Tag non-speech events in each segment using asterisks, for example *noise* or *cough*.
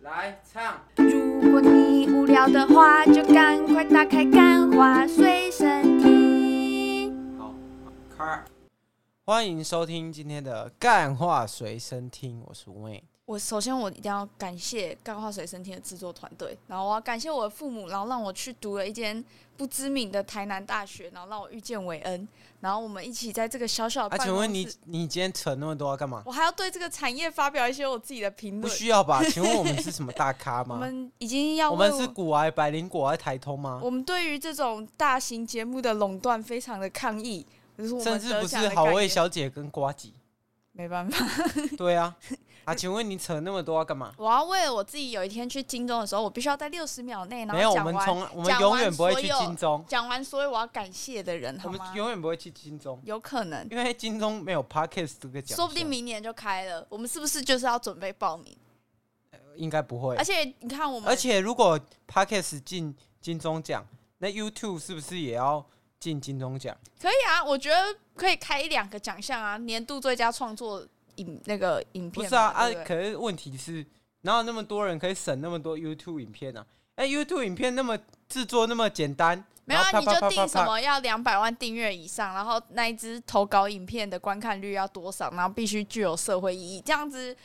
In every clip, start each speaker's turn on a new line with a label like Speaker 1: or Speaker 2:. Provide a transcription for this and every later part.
Speaker 1: 来唱，
Speaker 2: 如果你无聊的话，就赶快打开《干花随身听》。
Speaker 1: 好，开。
Speaker 3: 欢迎收听今天的《干话随身听》，我是 Wayne。
Speaker 4: 我首先我一定要感谢《干化水身听》的制作团队，然后我要感谢我的父母，然后让我去读了一间不知名的台南大学，然后让我遇见韦恩，然后我们一起在这个小小
Speaker 3: 啊，
Speaker 4: 的哦办公室。
Speaker 3: 请问你你今天扯那么多要干嘛？
Speaker 4: 我还要对这个产业发表一些我自己的评
Speaker 3: 不
Speaker 4: 论。
Speaker 3: 需要
Speaker 4: *laughs*
Speaker 3: 吧？请问我们是什么大咖
Speaker 4: 我
Speaker 3: 吗？
Speaker 4: 们已经要
Speaker 3: 我
Speaker 4: 为
Speaker 3: 们是古癌、百灵果还是台通吗？
Speaker 4: 我们对于这种大型节目的垄断非常的抗议，就是我
Speaker 3: 甚
Speaker 4: 们
Speaker 3: 至不
Speaker 4: 得奖
Speaker 3: 是
Speaker 4: 的
Speaker 3: 好
Speaker 4: 感
Speaker 3: 味
Speaker 4: 言
Speaker 3: 小姐跟瓜
Speaker 4: *laughs*
Speaker 3: 吉？
Speaker 4: 没办法。
Speaker 3: 对啊，
Speaker 4: *laughs*
Speaker 3: 啊，请问你扯那么多要干嘛？
Speaker 4: 我要为了我自己有一天去京东的时候，我必须要在六十秒内，然
Speaker 3: 没有，
Speaker 4: 后
Speaker 3: 我
Speaker 4: 讲
Speaker 3: 们
Speaker 4: 完
Speaker 3: 从我们
Speaker 4: 讲
Speaker 3: 永
Speaker 4: 完
Speaker 3: 远不会
Speaker 4: 所
Speaker 3: 去
Speaker 4: 有
Speaker 3: 金钟，
Speaker 4: 讲完所有我要感谢的人，
Speaker 3: 我
Speaker 4: 好
Speaker 3: 们
Speaker 4: 吗？
Speaker 3: 永远不会去金钟，
Speaker 4: 有可能，
Speaker 3: 因为金钟没有 Parkes 这个奖项，
Speaker 4: 说不定明年就开了。我们是不是就是要准备报名？
Speaker 3: 应该不会
Speaker 4: 而。且你看，我们
Speaker 3: 而且如果 Parkes 进金钟奖，那 YouTube 是不是也要进金钟奖？
Speaker 4: 可以啊，我觉得可以开一两个奖项啊，年度最佳创作影那个影
Speaker 3: 不
Speaker 4: 片
Speaker 3: 是
Speaker 4: 嘛，
Speaker 3: 啊，啊
Speaker 4: 对，不对
Speaker 3: 可是问题是，哪有那么多人可以省那么多 YouTube 影片啊？哎、y o u t u b e 影片那么制作那么简单，
Speaker 4: 没有
Speaker 3: 然
Speaker 4: 啊，
Speaker 3: 后
Speaker 4: 你
Speaker 3: 啪啪
Speaker 4: 就
Speaker 3: 啪
Speaker 4: 定
Speaker 3: 啪
Speaker 4: 什
Speaker 3: 啪
Speaker 4: 么要两百万订阅以上，然后那一支投稿影片的观看率要多少，然后必须具有社会意义，这样子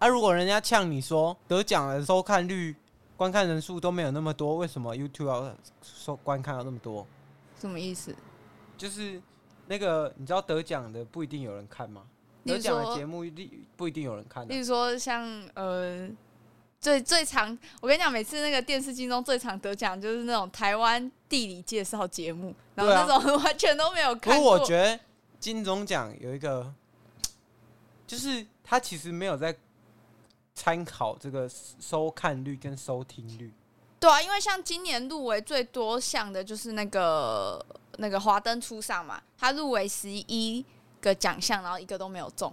Speaker 3: 啊？如果人家呛你说得奖的收看率、观看人数都没有那么多，为什么 YouTube 要收观看要那么多？
Speaker 4: 什么意思？
Speaker 3: 就是那个你知道得奖的不一定有人看吗？
Speaker 4: 例
Speaker 3: 得
Speaker 4: 如
Speaker 3: 奖的
Speaker 4: 说
Speaker 3: 节目一定不一定有人看的、啊
Speaker 4: 例如说像呃，最最常我跟你讲，每次那个电视剧中最常得奖就是那种台湾地理介绍节目，然后
Speaker 3: 对啊
Speaker 4: 那种 *laughs* 完全都没有
Speaker 3: 不
Speaker 4: 看
Speaker 3: 过
Speaker 4: 过。
Speaker 3: 我觉得金钟奖有一个，就是他其实没有在参考这个收看率跟收听率。
Speaker 4: 对啊，因为像今年入围最多项的就是那个那个华灯初上嘛，他入围十一个奖项，然后一个都没有中。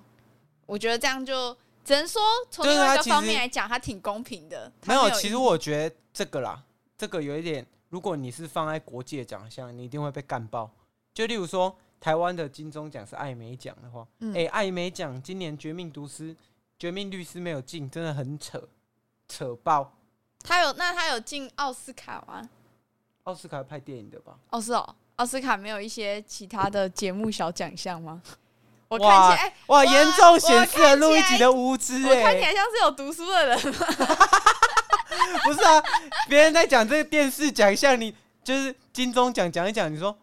Speaker 4: 我觉得这样就只能说从另
Speaker 3: 对啊
Speaker 4: 外一个
Speaker 3: 其
Speaker 4: 方
Speaker 3: 实
Speaker 4: 面来讲，他挺公平的。它
Speaker 3: 没有，
Speaker 4: 有
Speaker 3: 其
Speaker 4: 因
Speaker 3: 实我觉得这个啦，这个有一点，如果你是放在国际的奖项，你一定会被干爆。就例如说，台湾的金钟奖是艾美奖的话，哎、
Speaker 4: 嗯
Speaker 3: 艾美奖今年《绝命毒师》《绝命律师》没有进，真的很扯，扯爆。
Speaker 4: 他有那他有进奥斯卡吗？
Speaker 3: 奥斯卡拍电影的吧？
Speaker 4: 哦，是哦，奥斯卡没有一些其他的节目小奖项吗？ *laughs* 我看
Speaker 3: 哇
Speaker 4: 起来，哎
Speaker 3: 哇，
Speaker 4: 哇
Speaker 3: 严重显示了
Speaker 4: 我看起来
Speaker 3: 路易吉的无知、
Speaker 4: 我看
Speaker 3: 哎，
Speaker 4: 起来像是有读书的人。 *laughs*
Speaker 3: 不是啊，别人在讲这个电视奖项，你就是金钟奖讲一讲，你说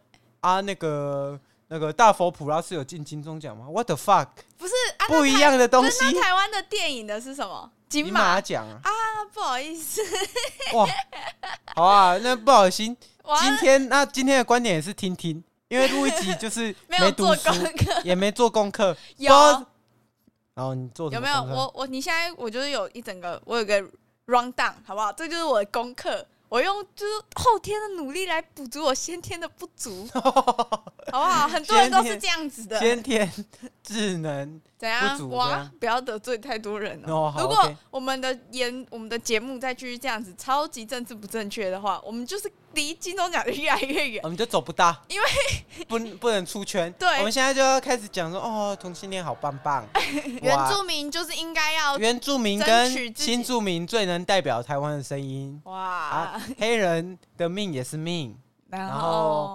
Speaker 3: 啊那个那个大佛普拉斯有进金钟奖吗？What the fuck？
Speaker 4: 不是啊，
Speaker 3: 不一样的东西，
Speaker 4: 那台湾的电影的是什么？
Speaker 3: 金
Speaker 4: 金马
Speaker 3: 马奖啊，
Speaker 4: 啊，不好意思，
Speaker 3: 哇，好啊，那不好心，
Speaker 4: 哇，
Speaker 3: 今天那今天的观点也是听听，因为录一集就是
Speaker 4: *laughs* 没有
Speaker 3: 读
Speaker 4: 做
Speaker 3: 书
Speaker 4: 功，课，
Speaker 3: 也没做功课，
Speaker 4: 有
Speaker 3: 不知道然后你做什
Speaker 4: 有
Speaker 3: 么
Speaker 4: 没有？
Speaker 3: 功课
Speaker 4: 我我你现在我就是有一整个，我有个 round down，好不好？这就是我的功课。我用就是后天的努力来补足我先天的不
Speaker 3: *laughs*
Speaker 4: 足，好不好？很多人都是这样子的。
Speaker 3: 先天智能
Speaker 4: 怎
Speaker 3: 不
Speaker 4: 样？
Speaker 3: 足这
Speaker 4: 哇
Speaker 3: 样，
Speaker 4: 不要得罪太多人哦。
Speaker 3: 哦好
Speaker 4: 如
Speaker 3: OK
Speaker 4: 果我们的言、我们的节目再继续这样子超级政治不正确的话，我们就是离金钟奖就越来越远。
Speaker 3: 我们哦就走不大，
Speaker 4: 因为
Speaker 3: *laughs* 不能不能出圈。
Speaker 4: 对
Speaker 3: 我们现在就要开始讲说，哦，同性恋好棒棒，
Speaker 4: *laughs* 原
Speaker 3: 哇
Speaker 4: 住民就是应该要
Speaker 3: 原住民
Speaker 4: 争取
Speaker 3: 跟
Speaker 4: 自己
Speaker 3: 新住民最能代表台湾的声音
Speaker 4: 哇、
Speaker 3: 啊，黑人的命也是命，
Speaker 4: 然
Speaker 3: 然
Speaker 4: 后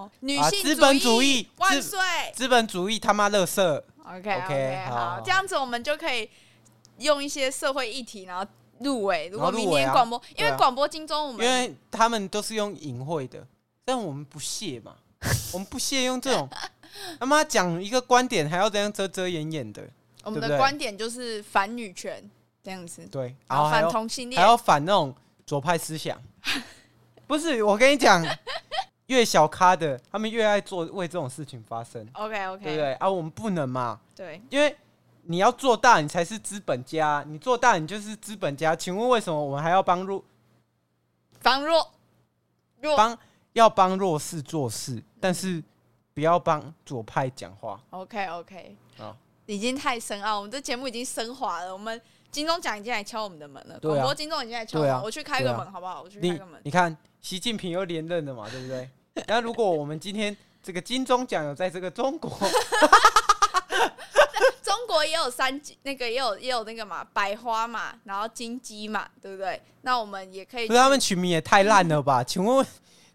Speaker 3: 后
Speaker 4: 女
Speaker 3: 啊
Speaker 4: 性
Speaker 3: 资本主义
Speaker 4: 义万
Speaker 3: 资
Speaker 4: 岁。
Speaker 3: 资本主义他妈乐色。
Speaker 4: OK
Speaker 3: OK，好
Speaker 4: 好，这样子我们就可以用一些社会议题，然后入围。如
Speaker 3: 然
Speaker 4: 果
Speaker 3: 后入
Speaker 4: 明
Speaker 3: 围啊
Speaker 4: 年广播，因
Speaker 3: 对啊
Speaker 4: 为广播金钟我
Speaker 3: 因
Speaker 4: 们
Speaker 3: 为他们都是用淫秽的，但我们不屑嘛，我们不屑用这
Speaker 4: *laughs*
Speaker 3: 种他妈讲一个观点还要这样遮遮掩掩的，
Speaker 4: 我们
Speaker 3: 对不对
Speaker 4: 的观点就是反女权这样子，
Speaker 3: 对，然
Speaker 4: 然后
Speaker 3: 后还
Speaker 4: 反
Speaker 3: 要
Speaker 4: 同性
Speaker 3: 还
Speaker 4: 恋。
Speaker 3: 要反那种左派思想， *laughs* 不是我跟你讲，越小咖的他们越爱做为这种事情发声，
Speaker 4: OK
Speaker 3: 对
Speaker 4: OK，
Speaker 3: 不对啊？我们不能嘛，
Speaker 4: 对，
Speaker 3: 因为。你要做大，你才是资本家。你做大，你就是资本家。请问为什么我们还要帮弱
Speaker 4: 防弱弱
Speaker 3: 帮要帮弱势做事，但是不要帮左派讲话
Speaker 4: OK OK，
Speaker 3: 啊！
Speaker 4: 已经太深奥，我们这节目已经升华了。我们金钟奖已经来敲我们的门了，
Speaker 3: 对啊
Speaker 4: 广播金钟已经来敲门，
Speaker 3: 对啊
Speaker 4: 我去开个
Speaker 3: 对
Speaker 4: 门好不好？我去开
Speaker 3: 你
Speaker 4: 个门。
Speaker 3: 你看，习近平又连任了嘛，对不对？那如果我们今天这个金钟奖有在这个中国，
Speaker 4: 中国国也有三金，那个也有也有那个嘛，百花嘛，然后金鸡嘛，对不对？那我们也可以
Speaker 3: 不是他们取名也太烂了吧？请问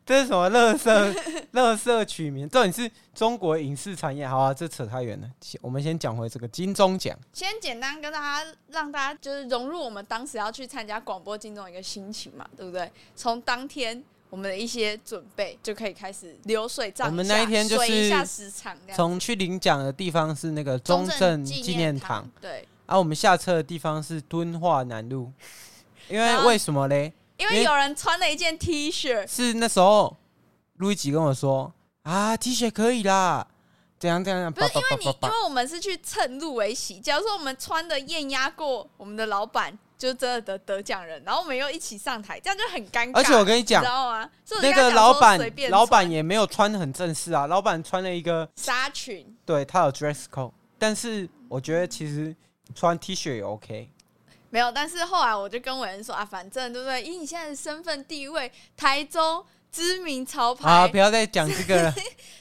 Speaker 3: 这是什么乐色乐色取名？重点是中国影视产业，好啊，这扯太远了。先我们先讲回这个金钟奖，
Speaker 4: 先简单跟大家让大家就是融入我们当时要去参加广播金钟的一个心情嘛，对不对？从当天我们的一些准备就可以开始流水账一下，
Speaker 3: 我们那一天就是
Speaker 4: 水一下时长这样，
Speaker 3: 从去领奖的地方是那个
Speaker 4: 中
Speaker 3: 中正
Speaker 4: 纪
Speaker 3: 纪念堂，，
Speaker 4: 对，
Speaker 3: 啊，我们下车的地方是敦化南路，因为
Speaker 4: 然后
Speaker 3: 为什么嘞？
Speaker 4: 因
Speaker 3: 因
Speaker 4: 为
Speaker 3: 为
Speaker 4: 有人穿了一件 T 恤，
Speaker 3: 是那时候路易吉跟我说啊，T 恤可以啦，怎样怎样，
Speaker 4: 不是
Speaker 3: 叭叭
Speaker 4: 因为你，
Speaker 3: 叭叭
Speaker 4: 因
Speaker 3: 叭
Speaker 4: 为我们是去蹭入围席，假如说我们穿的艳压过我们的老板，就真的得得奖人，然后我们又一起上台，这样就很尴尬。
Speaker 3: 而且我跟你
Speaker 4: 你
Speaker 3: 讲
Speaker 4: 知，道吗？所以我就
Speaker 3: 那
Speaker 4: 跟他
Speaker 3: 个
Speaker 4: 讲
Speaker 3: 老
Speaker 4: 说随
Speaker 3: 板
Speaker 4: 便
Speaker 3: 老板
Speaker 4: 穿
Speaker 3: 也没有穿很正式啊，老板穿了一个
Speaker 4: 纱裙，
Speaker 3: 对他有 dress code，但是我觉得其实穿 T 恤也 OK。
Speaker 4: 没有，但是后来我就跟伟恩说啊，反正对不对？以你现在的身份地位，台中知名潮牌，
Speaker 3: 啊，不要再讲这
Speaker 4: *laughs*
Speaker 3: 个了。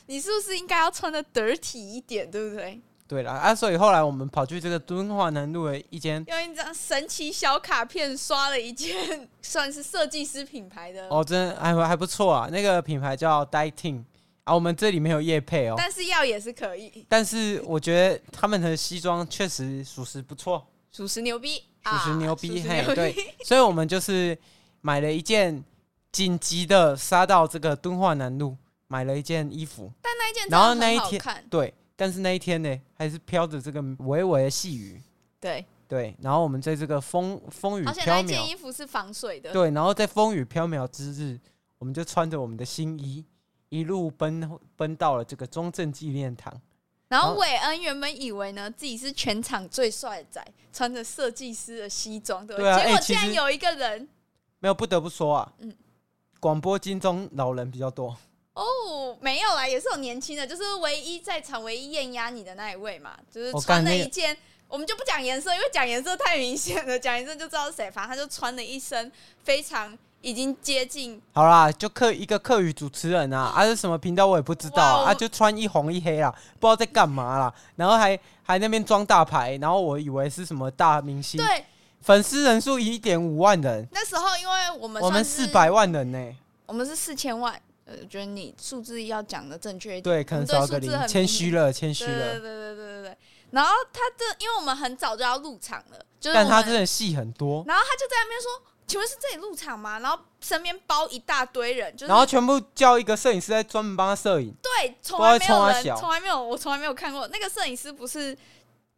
Speaker 4: 你是不是应该要穿的得体一点，对不对？
Speaker 3: 对了啊，所以后来我们跑去这个敦化南路的一间
Speaker 4: 用一张神奇小卡片刷了一件 *laughs* 算是设计师品牌的，
Speaker 3: 哦，真的还还不错啊，那个品牌叫 Dieting 啊，我们这里没有夜配哦，
Speaker 4: 但是要也是可以，
Speaker 3: 但是我觉得他们的西装确实属实不错，
Speaker 4: 属实牛逼，
Speaker 3: 属实牛逼，
Speaker 4: 啊、
Speaker 3: 嘿
Speaker 4: 属实牛，
Speaker 3: 对
Speaker 4: 逼，
Speaker 3: 所以我们就是买了一件紧急的杀到这个敦化南路买了一件衣服，
Speaker 4: 但那一件真的
Speaker 3: 然后那一
Speaker 4: 很好
Speaker 3: 天
Speaker 4: 看，
Speaker 3: 对，但是那一天呢，还是飘着这个微微的细雨，
Speaker 4: 对，
Speaker 3: 对，然后我们在这个风风雨
Speaker 4: 而且那
Speaker 3: 飘
Speaker 4: 一件
Speaker 3: 渺，
Speaker 4: 衣服是防水的，
Speaker 3: 对，然后在风雨飘渺之日，我们就穿着我们的新衣，一路奔奔到了这个中正纪念堂。
Speaker 4: 然后
Speaker 3: 然后
Speaker 4: 韦恩原本以为呢自己是全场最帅仔，穿着设计师的西装，对不
Speaker 3: 对啊
Speaker 4: 结果
Speaker 3: 哎
Speaker 4: 竟
Speaker 3: 其
Speaker 4: 然
Speaker 3: 实
Speaker 4: 有一个人
Speaker 3: 没有，不得不说啊，
Speaker 4: 嗯
Speaker 3: 广播金钟老人比较多，
Speaker 4: 哦，没有啦，也是有年轻的，就是唯一在场唯一艳压你的那一位嘛，就是
Speaker 3: 我
Speaker 4: 穿
Speaker 3: 干
Speaker 4: 了
Speaker 3: 那
Speaker 4: 一
Speaker 3: 个
Speaker 4: 件。我们就不讲颜色，因为讲颜色太明显了，讲颜色就知道是谁。反正他就穿了一身非常已经接近
Speaker 3: 好啦，就客一个客语主持人啊，啊是什么频道我也不知道
Speaker 4: 哇哦
Speaker 3: 啊，
Speaker 4: 我
Speaker 3: 啊就穿一红一黑啦，不知道在干嘛啦，然后还还那边装大牌，然后我以为是什么大明星，
Speaker 4: 对
Speaker 3: 粉丝人数一点五万人，
Speaker 4: 那时候，因为我们
Speaker 3: 我们
Speaker 4: 算是
Speaker 3: 四百万人呢、
Speaker 4: 我们是四千万。呃，我觉得你数字要讲的正确一点。
Speaker 3: 对，可能少个零，谦虚
Speaker 4: 了，
Speaker 3: 了，谦虚
Speaker 4: 对对对
Speaker 3: 了，
Speaker 4: 对对对对。然后他这，因为我们很早就要入场了，就是我
Speaker 3: 但
Speaker 4: 们
Speaker 3: 他真的戏很多，
Speaker 4: 然后他就在那边说：“请问是这里入场吗？”然后身边包一大堆人，就是
Speaker 3: 然后全部叫一个摄影师在专门帮他摄影，
Speaker 4: 对，从
Speaker 3: 不知道
Speaker 4: 来
Speaker 3: 在
Speaker 4: 没有
Speaker 3: 冲他
Speaker 4: 人，
Speaker 3: 小
Speaker 4: 从来没有，我从来没有看过那个摄影师不是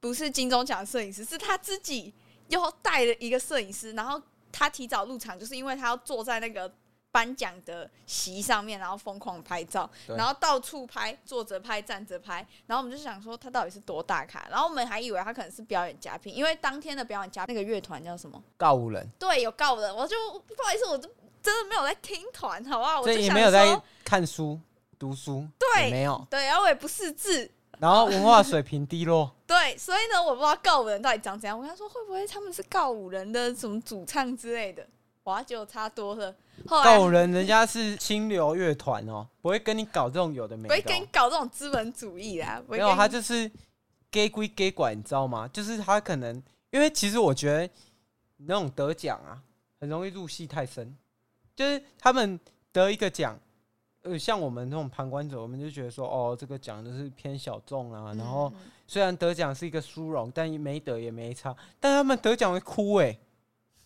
Speaker 4: 不是金钟奖的摄影师，是他自己又带了一个摄影师，然后他提早入场，就是因为他要坐在那个颁奖的席上面，然后疯狂拍照，
Speaker 3: 对
Speaker 4: 然后到处拍，坐着拍，站着拍，然后我们就想说他到底是多大咖，然后我们还以为他可能是表演嘉宾，因为当天的表演嘉那个乐团叫什么？
Speaker 3: 告五人，
Speaker 4: 对，有告人，我就不好意思，我都真的没有在听团，好不好？我
Speaker 3: 所
Speaker 4: 就
Speaker 3: 以也
Speaker 4: 想
Speaker 3: 没有在
Speaker 4: 说，
Speaker 3: 看书读书，
Speaker 4: 对
Speaker 3: 也没有，
Speaker 4: 对，然后我也不识字，
Speaker 3: 然后文化水平低落。
Speaker 4: *laughs* 对，所以呢，我不知道告五人到底长怎样。我跟他说，会不会他们是告五人的什么主唱之类的？哇，结果差多了。后来
Speaker 3: 告人人家是清流乐团哦，不会跟你搞这种有的没
Speaker 4: 不
Speaker 3: 的
Speaker 4: 会
Speaker 3: 哦、
Speaker 4: 跟你搞这种资本主义啦，不
Speaker 3: 没
Speaker 4: 会跟
Speaker 3: 有，啊他
Speaker 4: 你
Speaker 3: 就是给归给管，你知道吗？就是他可能，因为其实我觉得那种得奖啊，很容易入戏太深，就是他们得一个奖。呃，像我们这种旁观者，我们就觉得说，哦，这个奖就是偏小众啊。然后
Speaker 4: 嗯嗯
Speaker 3: 虽然得奖是一个殊荣，但没得也没差。但他们得奖会哭哎、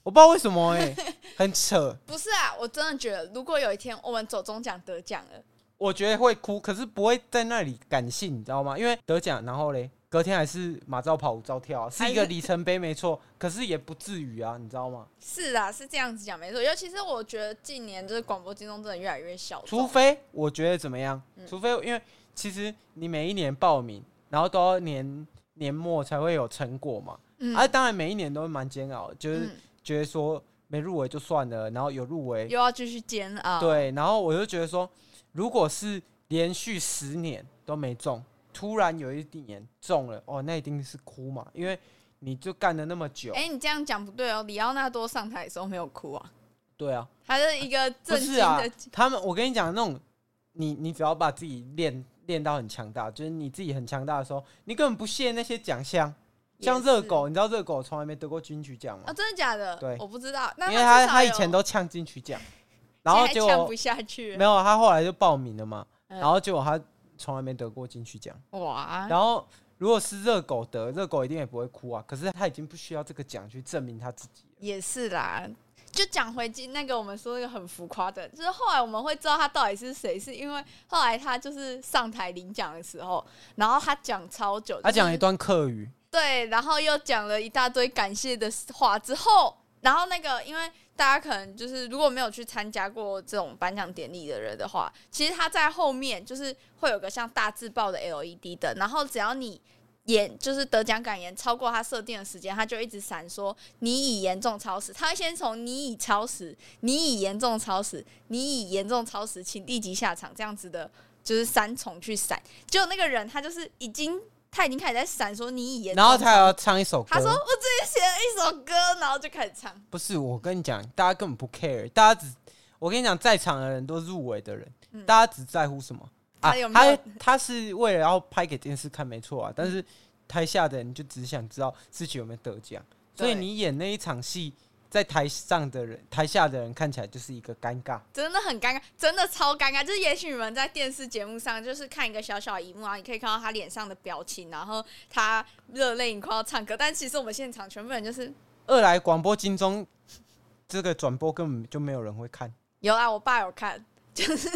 Speaker 3: 我不知道为什么哎、很扯。
Speaker 4: 不是啊，我真的觉得，如果有一天我们走中奖得奖了，
Speaker 3: 我觉得会哭，可是不会在那里感性，你知道吗？因为得奖，然后嘞，隔天还是马照跑，舞照跳、啊，是一个里程碑，没
Speaker 4: *laughs*
Speaker 3: 错。可是也不至于啊，你知道吗？
Speaker 4: 是啊，是这样子讲没错。尤其是我觉得近年就是广播金钟真的越来越小众，
Speaker 3: 除非我觉得怎么样
Speaker 4: 嗯？
Speaker 3: 除非因为其实你每一年报名，然后都要年年末才会有成果嘛。
Speaker 4: 嗯
Speaker 3: 啊，当然每一年都会蛮煎熬，就是
Speaker 4: 嗯
Speaker 3: 觉得说没入围就算了，然后有入围，
Speaker 4: 又要继续煎啊熬。
Speaker 3: 对，然后我就觉得说，如果是连续十年都没中，突然有一年中了，哦，那一定是哭嘛，因为你就干了那么久。
Speaker 4: 哎、你这样讲不对哦。里奥纳多上台的时候没有哭啊，
Speaker 3: 对啊，
Speaker 4: 他是一个
Speaker 3: 不
Speaker 4: 震惊
Speaker 3: 是啊
Speaker 4: 的，
Speaker 3: 他们，我跟你讲，那种你你只要把自己练练到很强大，就是你自己很强大的时候，你根本不屑那些奖项，像
Speaker 4: 也
Speaker 3: 热
Speaker 4: 是
Speaker 3: 狗，你知道热狗从来没得过金曲奖
Speaker 4: 啊，
Speaker 3: 吗？
Speaker 4: 真的假的？
Speaker 3: 对
Speaker 4: 我不知道。那
Speaker 3: 因为他
Speaker 4: 啊至少
Speaker 3: 他以
Speaker 4: 有
Speaker 3: 前都呛金曲
Speaker 4: *laughs*
Speaker 3: 奖，然后
Speaker 4: 现在
Speaker 3: 结
Speaker 4: 呛
Speaker 3: 果
Speaker 4: 不下去
Speaker 3: 没，有，啊他后来就报名了嘛，
Speaker 4: 嗯
Speaker 3: 然后结果他从来没得过金曲奖。
Speaker 4: 哇，
Speaker 3: 然后如果是热狗得，热狗一定也不会哭啊。可是他已经不需要这个奖去证明他自己了。
Speaker 4: 也是啦。就讲回今那个我们说那个很浮夸的，就是后来我们会知道他到底是谁，是因为后来他就是上台领奖的时候，然后他讲超久，
Speaker 3: 他
Speaker 4: 就是
Speaker 3: 讲了一段客语，
Speaker 4: 对，然后又讲了一大堆感谢的话之后，然后那个因为大家可能就是如果没有去参加过这种颁奖典礼的人的话，其实他在后面就是会有个像大字报的 LED 灯，然后只要你。演就是得奖感言超过他设定的时间，他就一直闪说你已严重超时。他会先从你已超时、你已严重超时、你已严重超时，请立即下场这样子的，就是三重去闪。结果那个人他就是已经他已经开始在闪说你已严重
Speaker 3: 然后
Speaker 4: 超时，
Speaker 3: 他还要唱一首歌。
Speaker 4: 他说我自己写了一首歌，然后就开始唱。
Speaker 3: 不是，我跟你讲，大家根本不 care，大家只，我跟你讲，在场的人都入围的人，
Speaker 4: 嗯
Speaker 3: 大家只在乎什么啊
Speaker 4: 他有？没有嗯
Speaker 3: 他他是为了要拍给电视看，没错啊，但是台下的人就只想知道自己有没有得奖，所以
Speaker 4: 对
Speaker 3: 你演那一场戏，在台上的人，台下的人看起来就是一个尴尬。
Speaker 4: 真的很尴尬，真的超尴尬。就是也许你们在电视节目上，就是看一个小小荧幕啊，你可以看到他脸上的表情，然后他热泪盈眶要唱歌。但其实我们现场全部人就是
Speaker 3: 二来广播金钟这个转播根本就没有人会看，
Speaker 4: 有啊，我爸有看，就是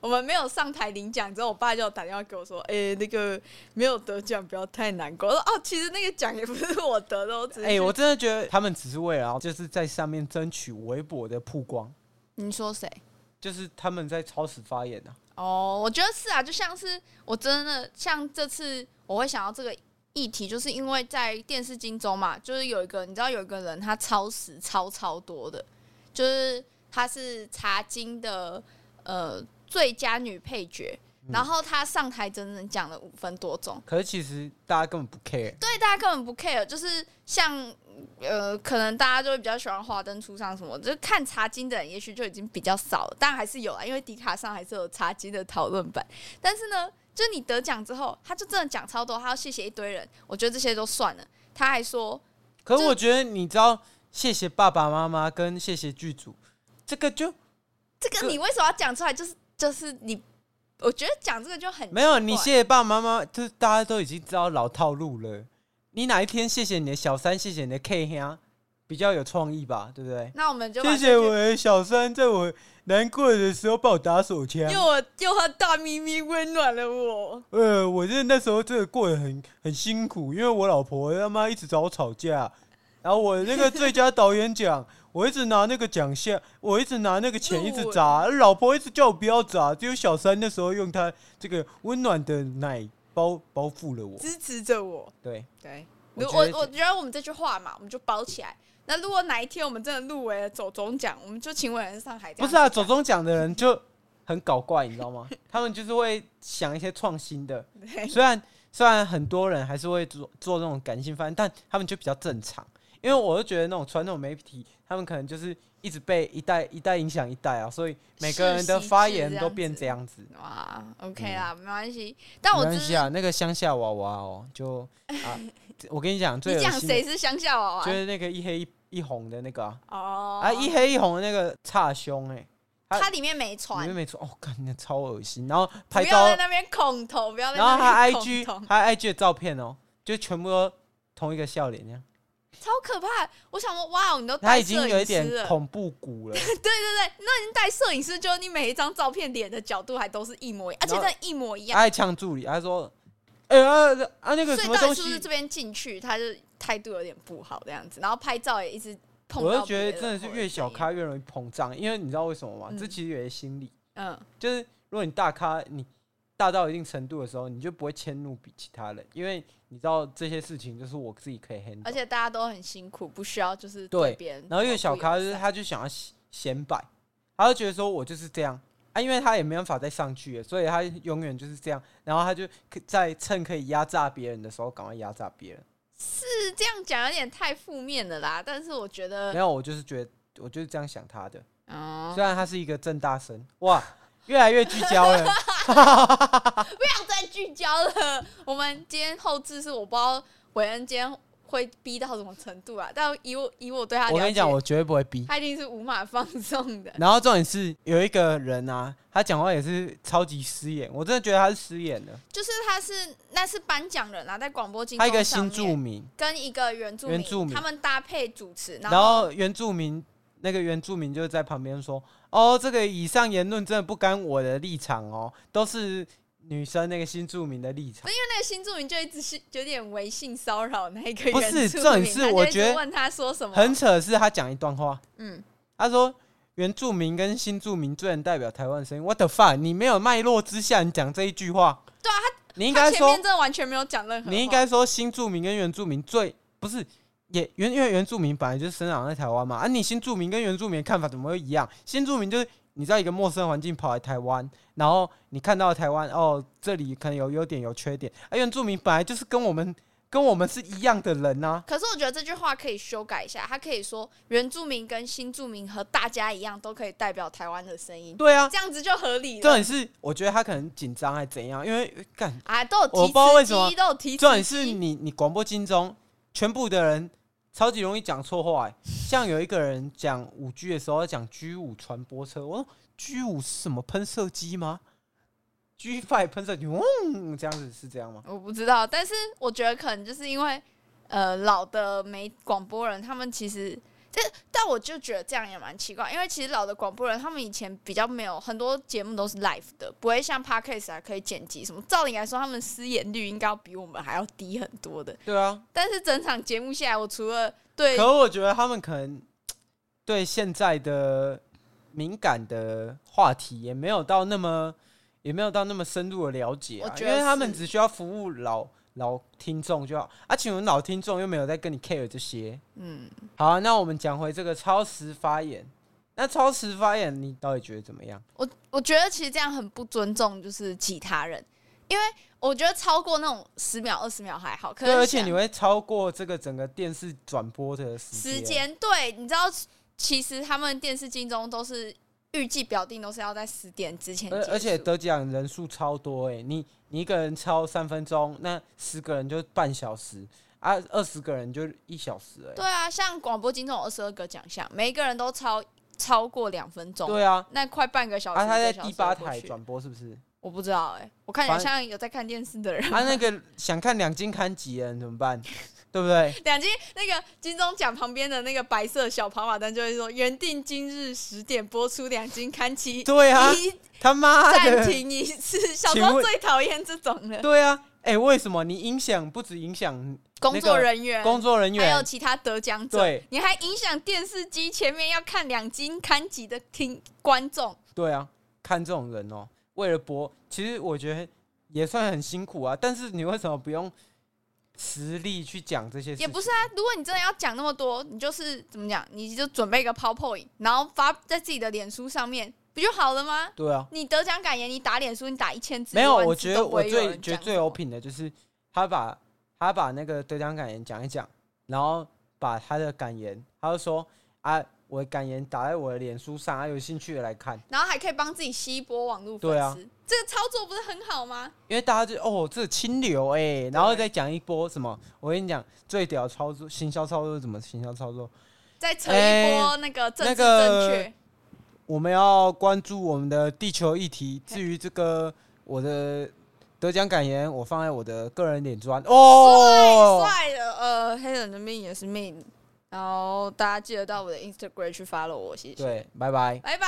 Speaker 4: 我们没有上台领奖之后，我爸就有打电话给我说：“哎、那个没有得奖，不要太难过。”我说：“哦，其实那个奖也不是我得的，我哦只是……”
Speaker 3: 哎、我真的觉得他们只是为了要就是在上面争取微博的曝光，
Speaker 4: 你说谁？
Speaker 3: 就是他们在超时发言啊。
Speaker 4: 哦，我觉得是啊，就像是我真的像这次我会想到这个议题，就是因为在电视金钟嘛，就是有一个你知道有一个人他超时超超多的，就是她是茶金的呃最佳女配角，然后她上台整整讲了五分多钟。
Speaker 3: 可是其实大家根本不 care，
Speaker 4: 对，大家根本不 care，就是像呃，可能大家就会比较喜欢华灯初上什么，就是看茶经的人也许就已经比较少了，但还是有啊，因为迪卡上还是有茶经的讨论版。但是呢，就是你得奖之后，他就真的讲超多，他要谢谢一堆人，我觉得这些都算了。他还说，
Speaker 3: 可是我觉得你知道，谢谢爸爸妈妈跟谢谢剧组，这个就
Speaker 4: 这个你为什么要讲出来？就是就是你，我觉得讲这个就很
Speaker 3: 没有
Speaker 4: 奇怪
Speaker 3: 你谢谢爸爸妈妈，就是大家都已经知道老套路了。你哪一天谢谢你的小三，谢谢你的 K 兄，啊比较有创意吧，对不对？
Speaker 4: 那我们就把
Speaker 3: 谢
Speaker 4: 这
Speaker 3: 谢
Speaker 4: 句
Speaker 3: 我的小三，在我难过的时候帮我打手枪。
Speaker 4: 又我又和大咪咪温暖了我。
Speaker 3: 呃，我真的那时候真的过得很很辛苦，因为我老婆他妈一直找我吵架，然后我那个最佳导演奖，我一直拿那个奖项，我一直拿那个钱一直
Speaker 4: *laughs*
Speaker 3: 砸，老婆一直叫我不要砸，只有小三那时候用她这个温暖的奶包包覆了我。
Speaker 4: 支持着我，
Speaker 3: 对，
Speaker 4: 对，
Speaker 3: 我
Speaker 4: 如
Speaker 3: 觉
Speaker 4: 我
Speaker 3: 得
Speaker 4: 我觉得我们这句话嘛，我们就包起来。那如果哪一天我们真的入围了走中奖，我们就请委员上海这
Speaker 3: 不
Speaker 4: 样
Speaker 3: 是
Speaker 4: 子
Speaker 3: 啊，
Speaker 4: 讲。
Speaker 3: 走中奖的人就很搞怪，你知道吗？他们就是会想一些创新的，
Speaker 4: 对
Speaker 3: 虽然虽然很多人还是会做做那种感性翻，但他们就比较正常。因为我就觉得那种传统媒体，他们可能就是一直被一代一代影响一代啊，所以每个人的发言都变这样子。
Speaker 4: *laughs* 哇，OK 啦，没关系。但我
Speaker 3: 嗯没
Speaker 4: 只
Speaker 3: 关系
Speaker 4: 是
Speaker 3: 啊，那个乡下娃娃哦，就
Speaker 4: *laughs*
Speaker 3: 啊，这我跟你讲，最
Speaker 4: 你
Speaker 3: 恶
Speaker 4: 讲
Speaker 3: 心
Speaker 4: 谁
Speaker 3: 的
Speaker 4: 是乡下娃
Speaker 3: 就
Speaker 4: 娃？
Speaker 3: 是那个一黑一一红的那个啊，
Speaker 4: 哦，
Speaker 3: 啊一黑一红的那个差胸哎，他
Speaker 4: 它里面没
Speaker 3: 你
Speaker 4: 传
Speaker 3: 们，没错哦，干那超恶心，然后
Speaker 4: 不
Speaker 3: 拍
Speaker 4: 要
Speaker 3: 照
Speaker 4: 在那边恐头，不要在
Speaker 3: 然后他
Speaker 4: 那 *laughs* 边恐
Speaker 3: IG
Speaker 4: 同，
Speaker 3: 他 IG 的照片哦，就全部都同一个笑脸那样，
Speaker 4: 超可怕。我想说，哇，你都
Speaker 3: 他
Speaker 4: 带
Speaker 3: 已经
Speaker 4: 摄
Speaker 3: 有
Speaker 4: 影
Speaker 3: 一点
Speaker 4: 师了，
Speaker 3: 恐怖谷
Speaker 4: *laughs*
Speaker 3: 了。
Speaker 4: 对对对，那已经带摄影师，就是你每一张照片脸的角度还都是一模一样，而且
Speaker 3: 然后
Speaker 4: 真的一模一样。
Speaker 3: 他还呛助理，他说：“哎、啊啊那个什
Speaker 4: 所以
Speaker 3: 么
Speaker 4: 到
Speaker 3: 东
Speaker 4: 底是不
Speaker 3: 西
Speaker 4: 是这，边进去，他就态度有点不好这样子，然后拍照也一直碰到。
Speaker 3: 我就觉得真的是越小，
Speaker 4: 或者
Speaker 3: 咖越容易膨胀，因为你知道为什么吗？
Speaker 4: 嗯
Speaker 3: 这其实有些心理，
Speaker 4: 怎样嗯，
Speaker 3: 就是如果你大咖，你大到一定程度的时候，你就不会迁怒比其他人，因为你知道这些事情就是我自己可以 handle。
Speaker 4: 而且大家都很辛苦，不需要就是
Speaker 3: 对
Speaker 4: 别人。
Speaker 3: 然后越小咖就是，他就想要显显摆，他就觉得说我就是这样啊，因为他也没办法再上去了，所以他永远就是这样。然后他就可在趁可以压榨别人的时候，赶快压榨别人。
Speaker 4: 是这样讲有点太负面了啦。但是我觉
Speaker 3: 没
Speaker 4: 得，
Speaker 3: 有，我就是觉得我就是这样想他的。
Speaker 4: 呃哦，
Speaker 3: 虽然他是一个正大生，哇，越来越聚焦
Speaker 4: *laughs*
Speaker 3: 了。
Speaker 4: 不要再聚焦了。我们今天后置是我不知道韦恩今天。会逼到什么程度啊？但以我以我对他，
Speaker 3: 我跟你讲，我绝对不会逼。
Speaker 4: 他一定是无马放纵的。 *laughs*
Speaker 3: 然后重点是有一个人啊，他讲话也是超级失言，我真的觉得他是失言的。
Speaker 4: 就是他是那是颁奖人啊，在广播金
Speaker 3: 他
Speaker 4: 钟
Speaker 3: 一个
Speaker 4: 上
Speaker 3: 新住
Speaker 4: 面
Speaker 3: 民，
Speaker 4: 跟一个原住民，
Speaker 3: 原住民
Speaker 4: 他们搭配主持，然
Speaker 3: 然后原住民那个原住民就在旁边说：“哦，这个以上言论真的不干我的立场哦，都是女生那个新住民的立场。
Speaker 4: 那个新住民就一直是有点微信骚扰那一个
Speaker 3: 不
Speaker 4: 原
Speaker 3: 是
Speaker 4: 住
Speaker 3: 这种
Speaker 4: 民
Speaker 3: 事
Speaker 4: 他就
Speaker 3: 我
Speaker 4: 一直
Speaker 3: 觉得
Speaker 4: 问他说什”么，
Speaker 3: 很扯的是，他讲一段话，
Speaker 4: 嗯，
Speaker 3: 他说：“原住民跟新住民最能代表台湾声音。”What the fuck？你没有脉络之下，你讲这一句话，
Speaker 4: 对啊，
Speaker 3: 你应
Speaker 4: 他
Speaker 3: 该
Speaker 4: 前
Speaker 3: 说
Speaker 4: 面真的完全没有讲任何话，
Speaker 3: 你应该说新住民跟原住民最不是也原因为原住民本来就是生长在台湾嘛，啊，你新住民跟原住民的看法怎么会一样？新住民就是你在一个陌生环境跑来台湾，然后你看到台湾哦，这里可能有优点有缺点，啊，原住民本来就是跟我们跟我们是一样的人啊呐、
Speaker 4: 可是我觉得这句话可以修改一下，他可以说原住民跟新住民和大家一样，都可以代表台湾的声音，
Speaker 3: 对啊，
Speaker 4: 这样子就合理
Speaker 3: 重
Speaker 4: 了。
Speaker 3: 点是我觉得他可能紧张还怎样，因为干
Speaker 4: 啊，都有提
Speaker 3: 我不知道为
Speaker 4: 词
Speaker 3: 什么
Speaker 4: 机，都有提词
Speaker 3: 重点是
Speaker 4: 机
Speaker 3: 你你广播金钟，全部的人超级容易讲错话、欸。像有一个人讲五 G 的时候，他讲 G 五传播车，我说 G 五是什么喷射机吗？G five 喷射机，嗡，这样子是这样吗？
Speaker 4: 我不知道，但是我觉得可能就是因为呃老的媒广播人，他们其实这，但我就觉得这样也蛮奇怪，因为其实老的广播人他们以前比较没有很多节目都是 live 的，不会像 podcast 还可以剪辑什么。照理来说，他们失言率应该要比我们还要低很多的。
Speaker 3: 对啊，
Speaker 4: 但是整场节目下来，我除了对
Speaker 3: 可我觉得他们可能对现在的敏感的话题也没有到那么也没有到那么深入的了解、啊
Speaker 4: 我，觉
Speaker 3: 因
Speaker 4: 得
Speaker 3: 为他们
Speaker 4: 是
Speaker 3: 只需要服务老老听众就好。啊，请问老听众又没有在跟你 care 这些。
Speaker 4: 嗯，
Speaker 3: 好、那我们讲回这个超时发言。那超时发言，你到底觉得怎么样？
Speaker 4: 我我觉得其实这样很不尊重，就是其他人，因为我觉得超过那种十秒二十秒还好，可
Speaker 3: 对，
Speaker 4: 是
Speaker 3: 而且
Speaker 4: 想
Speaker 3: 你会超过这个整个电视转播的时
Speaker 4: 时
Speaker 3: 间。
Speaker 4: 间对，你知道，其实他们电视金钟都是预计表定都是要在十点之前结
Speaker 3: 而
Speaker 4: 束，
Speaker 3: 而且得奖人数超多哎、你你一个人超三分钟，那十个人就半小时啊，二十个人就一小时哎、
Speaker 4: 对啊，像广播金钟有二十二个奖项，每一个人都超超过两分钟，
Speaker 3: 对啊，
Speaker 4: 那快半个小时。
Speaker 3: 啊，他
Speaker 4: 一
Speaker 3: 在
Speaker 4: 个小时
Speaker 3: 第八
Speaker 4: 过
Speaker 3: 台
Speaker 4: 去
Speaker 3: 转播是不是？
Speaker 4: 我不知道哎、我看起来
Speaker 3: 反
Speaker 4: 像有在看电视的人。 *laughs*
Speaker 3: 啊，那个想看两金刊集的人怎么办？对不
Speaker 4: *laughs*
Speaker 3: 对？
Speaker 4: 两金那个金钟奖旁边的那个白色小跑马灯就会说，原定今日十点播出两金刊期，
Speaker 3: 对啊，
Speaker 4: 一
Speaker 3: 他妈的
Speaker 4: 暂！停一次。小时
Speaker 3: *laughs* 请
Speaker 4: 候
Speaker 3: 问
Speaker 4: 最讨厌这种了，
Speaker 3: 对啊，哎、为什么你影响不止影响
Speaker 4: 工作人员，
Speaker 3: 工作人员，
Speaker 4: 还有其他得奖者，
Speaker 3: 对
Speaker 4: 你还影响电视机前面要看两金刊集的听观众，
Speaker 3: 对啊，看这种人哦、为了博，其实我觉得也算很辛苦啊。但是你为什么不用实力去讲这些事情？
Speaker 4: 也不是啊。如果你真的要讲那么多，你就是怎么讲，你就准备一个 PowerPoint，然后发在自己的脸书上面，不就好了吗？
Speaker 3: 对啊，
Speaker 4: 你得奖感言，你打脸书，你打一千字，
Speaker 3: 没有，
Speaker 4: 一万字
Speaker 3: 我觉得
Speaker 4: 都不
Speaker 3: 我
Speaker 4: 会有
Speaker 3: 最
Speaker 4: 人
Speaker 3: 觉得
Speaker 4: 讲
Speaker 3: 最
Speaker 4: 什么
Speaker 3: 有品的就是他把他把那个得奖感言讲一讲，然后把他的感言，他就说啊，我的感言打在我的脸书上，啊，有兴趣的来看，
Speaker 4: 然后还可以帮自己吸一波网络粉
Speaker 3: 对啊
Speaker 4: 丝，这个操作不是很好吗？
Speaker 3: 因为大家就哦，这清流哎、然后再讲一波什么，我跟你讲最屌操作，行销操作是怎么行销操作，
Speaker 4: 再扯一波那个政
Speaker 3: 那
Speaker 4: 治
Speaker 3: 个
Speaker 4: 正确，
Speaker 3: 我们要关注我们的地球议题。至于这个我的得奖感言，我放在我的个人脸砖哦。
Speaker 4: 帅的，呃，黑人的命也是命。然后大家记得到我的 Instagram 去 follow 我，谢谢。
Speaker 3: 对，拜拜，
Speaker 4: 拜拜，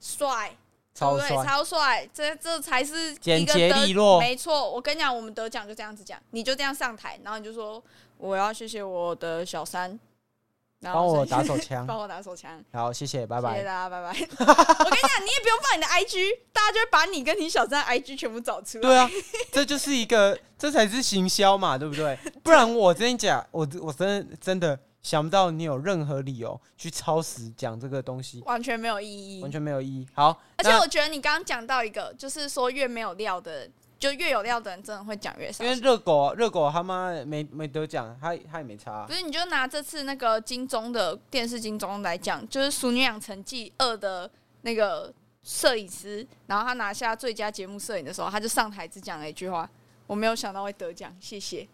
Speaker 4: 帅，
Speaker 3: 超
Speaker 4: 对不对
Speaker 3: 帅，
Speaker 4: 超帅，这这才是一个
Speaker 3: 简洁
Speaker 4: 得
Speaker 3: 利落
Speaker 4: 没错，我跟你讲，我们得奖就这样子讲，你就这样上台，然后你就说我要谢谢我的小三，然后
Speaker 3: 帮我
Speaker 4: 剩
Speaker 3: 打手枪。
Speaker 4: *laughs* 帮我打手枪。
Speaker 3: 好，谢谢，拜
Speaker 4: 谢谢
Speaker 3: 拜
Speaker 4: 大。家，拜拜。 *laughs* 我跟你讲，你也不用放你的 IG，大家就会把你跟你小三的 IG 全部找出来。
Speaker 3: 对啊，这就是一个，这才是行销嘛，对不
Speaker 4: *laughs*
Speaker 3: 对？不然我跟你讲，我我真的真的想不到你有任何理由去超时讲这个东西，
Speaker 4: 完全没有意义，
Speaker 3: 完全没有意义。好，
Speaker 4: 而且
Speaker 3: 那
Speaker 4: 我觉得你刚刚讲到一个，就是说越没有料的，就越有料的人，真的会讲越少
Speaker 3: 因。为热狗热狗他妈没没得奖，他他也没差啊
Speaker 4: 不。是，你就拿这次那个金钟的电视金钟来讲，就是《熟女养成记二》的那个摄影师，然后他拿下最佳节目摄影的时候，他就上台只讲了一句话：“我没有想到会得奖，谢谢。”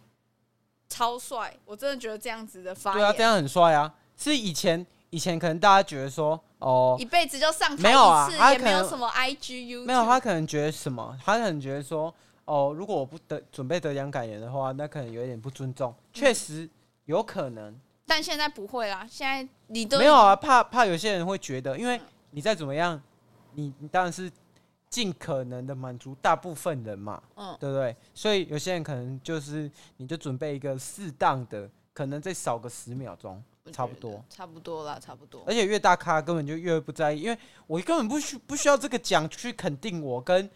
Speaker 4: 超帅，我真的觉得这样子的发
Speaker 3: 对啊，这
Speaker 4: 言，
Speaker 3: 样很帅啊。是以前以前可能大家觉得说哦，
Speaker 4: 一辈子就上台
Speaker 3: 没有啊
Speaker 4: 一次，
Speaker 3: 他
Speaker 4: 也没
Speaker 3: 可
Speaker 4: 有
Speaker 3: 能
Speaker 4: 什么 IGU，
Speaker 3: 没有，他可能觉得什么？他可能觉得说，哦，如果我不得准备得奖感言的话，那可能有一点不尊
Speaker 4: 嗯
Speaker 3: 重。确实有可能，
Speaker 4: 但现在不会啦，现在你都
Speaker 3: 没有啊，怕怕有些人会觉得，因
Speaker 4: 嗯
Speaker 3: 为你再怎么样，你你当然是尽可能的满足大部分人嘛，
Speaker 4: 嗯
Speaker 3: 对不对？所以有些人可能就是你就准备一个适当的，可能再少个十秒钟，差不多。
Speaker 4: 差不多啦，差不多
Speaker 3: 而。且越大咖根本就越不在意，因为我根本不需不需要这个奖去肯定我，跟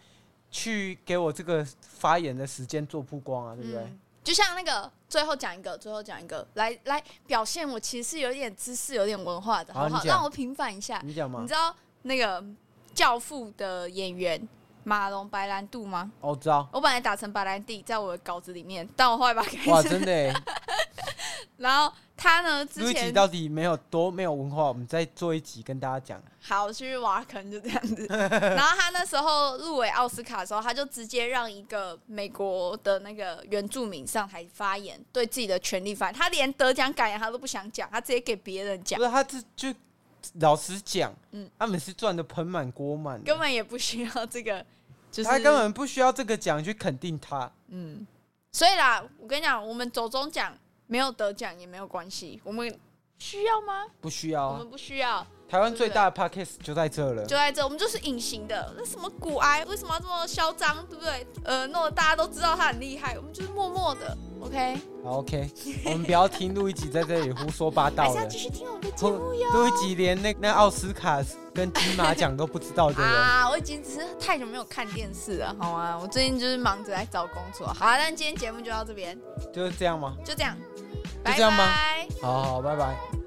Speaker 3: 去给我这个发言的时间做曝光啊，对不对？
Speaker 4: 嗯，就像那个最后讲一个，最后讲一个，来来表现我其实是有点知识、有点文化的，
Speaker 3: 好
Speaker 4: 好不
Speaker 3: 你
Speaker 4: 好？
Speaker 3: 讲嗯
Speaker 4: 让我平反一下。
Speaker 3: 你讲嘛
Speaker 4: 你，知道那个《教父》的演员马龙白兰度吗？
Speaker 3: 哦，我知
Speaker 4: *laughs*
Speaker 3: 道，
Speaker 4: 我本来打成白兰地在我的稿子里面，但我后来把它改
Speaker 3: 哇，
Speaker 4: 成。
Speaker 3: 真的耶，
Speaker 4: 然后他呢，
Speaker 3: 录
Speaker 4: 之
Speaker 3: 一集
Speaker 4: 前
Speaker 3: 到底没有多没有文化，我们再做一集跟大家讲。
Speaker 4: 好去挖坑就这样子。 *laughs* 然后他那时候入围奥斯卡的时候，他就直接让一个美国的那个原住民上台发言，对自己的权利发言。他连得奖感言他都不想讲，他直接给别人讲 *laughs*
Speaker 3: 不，是他这就老实讲，
Speaker 4: 嗯
Speaker 3: 他们是赚的盆满锅满的，
Speaker 4: 根本也不需要这个，就是
Speaker 3: 他根本不需要这个奖去肯定他。
Speaker 4: 嗯。所以啦，我跟你讲，我们走中奖没有得奖也没有关系，我们需要吗？
Speaker 3: 不需要、
Speaker 4: 我
Speaker 3: 啊，
Speaker 4: 们不需要。
Speaker 3: 台湾
Speaker 4: 对
Speaker 3: 最大的 podcast 就在这了
Speaker 4: 就。在这，我们就是隐形的。那什么骨癌，为什么要这么嚣张，对不对？呃，弄得大家都知道他很厉害，我们就是默默的，OK。
Speaker 3: 好，OK，我们不要听录一集在这里胡说八
Speaker 4: 还 *laughs*
Speaker 3: 道
Speaker 4: 是
Speaker 3: 了
Speaker 4: 要哎继。续听我们的节目
Speaker 3: 录录一集连那那奥斯卡跟金马奖都不知道的人，
Speaker 4: 啊！我已经只是太久没有看电视了，好吗？我最近就是忙着在找工作。好啊，但今天节目就到这边，
Speaker 3: 就是这样吗？
Speaker 4: 就这样，
Speaker 3: 就这样吗
Speaker 4: 拜拜
Speaker 3: 好好，拜拜。